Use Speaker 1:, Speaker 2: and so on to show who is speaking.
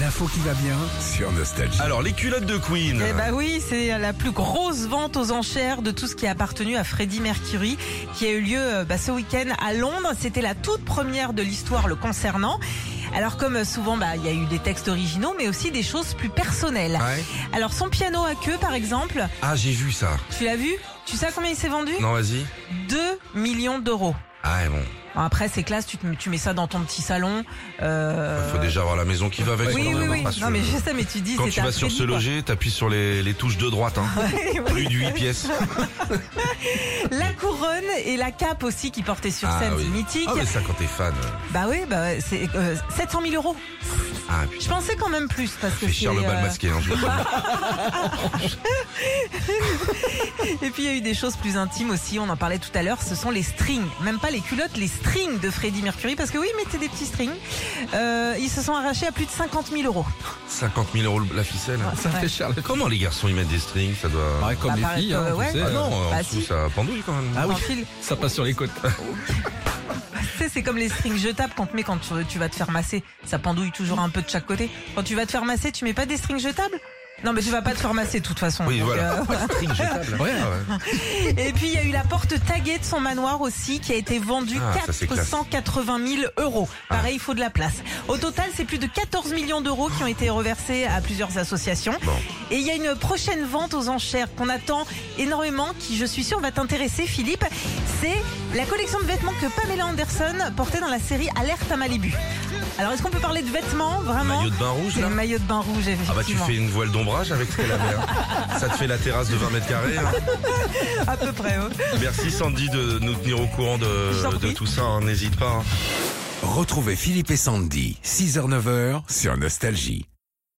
Speaker 1: L'info qui va bien.
Speaker 2: sur Nostalgie.
Speaker 3: Alors, les culottes de Queen.
Speaker 4: Eh bah oui, c'est la plus grosse vente aux enchères de tout ce qui a appartenu à Freddie Mercury, qui a eu lieu euh, bah, ce week-end à Londres. C'était la toute première de l'histoire le concernant. Alors comme euh, souvent, bah, il y a eu des textes originaux, mais aussi des choses plus personnelles.
Speaker 3: Ouais.
Speaker 4: Alors son piano à queue, par exemple,
Speaker 3: Ah, j'ai vu ça.
Speaker 4: tu l'as vu Tu sais à combien il s'est vendu
Speaker 3: Non, vas-y.
Speaker 4: 2 millions d'euros.
Speaker 3: Ah, et bon.
Speaker 4: Bon, après, c'est classe, tu, te- tu mets ça dans ton petit salon. euh,
Speaker 3: Faut déjà avoir la maison qui va avec.
Speaker 4: Oui,
Speaker 3: sinon,
Speaker 4: oui,
Speaker 3: on
Speaker 4: oui.
Speaker 3: va pas se-
Speaker 4: Non, mais je sais, mais tu dis,
Speaker 3: euh, Quand
Speaker 4: c'est
Speaker 3: tu
Speaker 4: un
Speaker 3: vas sur
Speaker 4: crédit,
Speaker 3: se
Speaker 4: quoi.
Speaker 3: loger, t'appuies sur les, les touches de droite. Hein. Plus de 8 pièces.
Speaker 4: La couronne et la cape aussi qui portait sur
Speaker 3: ah,
Speaker 4: scène,
Speaker 3: oui.
Speaker 4: c'est mythique.
Speaker 3: Ah, mais ça, quand t'es fan. euh,
Speaker 4: Bah oui, bah, c'est euh, 700 000 euros.
Speaker 3: Ah,
Speaker 4: Je
Speaker 3: putain.
Speaker 4: pensais quand même plus parce que
Speaker 3: Fais cher
Speaker 4: c'est,
Speaker 3: le bal
Speaker 4: euh,
Speaker 3: masqué. Hein, je vous le dis.
Speaker 4: Et puis il y a eu des choses plus intimes aussi. On en parlait tout à l'heure. Ce sont les strings, même pas les culottes, les strings de Freddie Mercury parce que oui, il mettait des petits strings. Euh, ils se sont arrachés à plus de 50 000 euros.
Speaker 3: 50 000 euros la ficelle. hein.
Speaker 4: Ah,
Speaker 2: ça fait cher. la-
Speaker 3: Comment les garçons ils mettent des strings Ça doit.
Speaker 2: Pareil comme
Speaker 4: Bah,
Speaker 2: les
Speaker 4: pareil,
Speaker 2: filles, hein,
Speaker 4: euh,
Speaker 2: tu
Speaker 4: ouais.
Speaker 2: sais,
Speaker 3: Ah non,
Speaker 2: euh,
Speaker 3: en
Speaker 4: Bah,
Speaker 3: dessous
Speaker 4: si.
Speaker 3: ça pendouille quand même.
Speaker 2: Ah oui.
Speaker 4: Sans fil.
Speaker 2: ça passe sur les côtes.
Speaker 4: Tu sais, c'est comme les strings jetables qu'on te met quand tu, tu vas te faire masser. Ça pendouille toujours un peu de chaque côté. Quand tu vas te faire masser, tu mets pas des strings jetables Non, mais tu vas pas te faire masser de toute façon.
Speaker 3: Oui,
Speaker 4: Donc,
Speaker 3: voilà.
Speaker 4: euh,
Speaker 3: String jetable.
Speaker 2: Ouais.
Speaker 3: Ah ouais.
Speaker 4: Et puis il y a eu la porte taguée de son manoir aussi qui a été vendue
Speaker 3: Ah, ça, c'est classe.
Speaker 4: 480 000 euros. Pareil, il faut de la place. Au total, c'est plus de 14 millions d'euros qui ont été reversés à plusieurs associations.
Speaker 3: Bon.
Speaker 4: Et il y a une prochaine vente aux enchères qu'on attend énormément, qui je suis sûre va t'intéresser Philippe. C'est la collection de vêtements que Pamela Anderson portait dans la série Alerte à Malibu. Alors est-ce qu'on peut parler de vêtements vraiment
Speaker 3: Maillot de bain rouge
Speaker 4: C'est
Speaker 3: là
Speaker 4: le maillot de bain rouge, effectivement.
Speaker 3: Ah bah tu fais une voile d'ombrage avec ce qu'elle avait. hein. Ça te fait la terrasse de 20 mètres carrés. hein.
Speaker 4: À peu près, ouais.
Speaker 3: Merci Sandy de nous tenir au courant
Speaker 4: Je t'en
Speaker 3: de, de
Speaker 4: prie.
Speaker 3: tout ça. hein. N'hésite pas. hein.
Speaker 2: Retrouvez
Speaker 1: Philippe et Sandy, 6h-9h sur Nostalgie.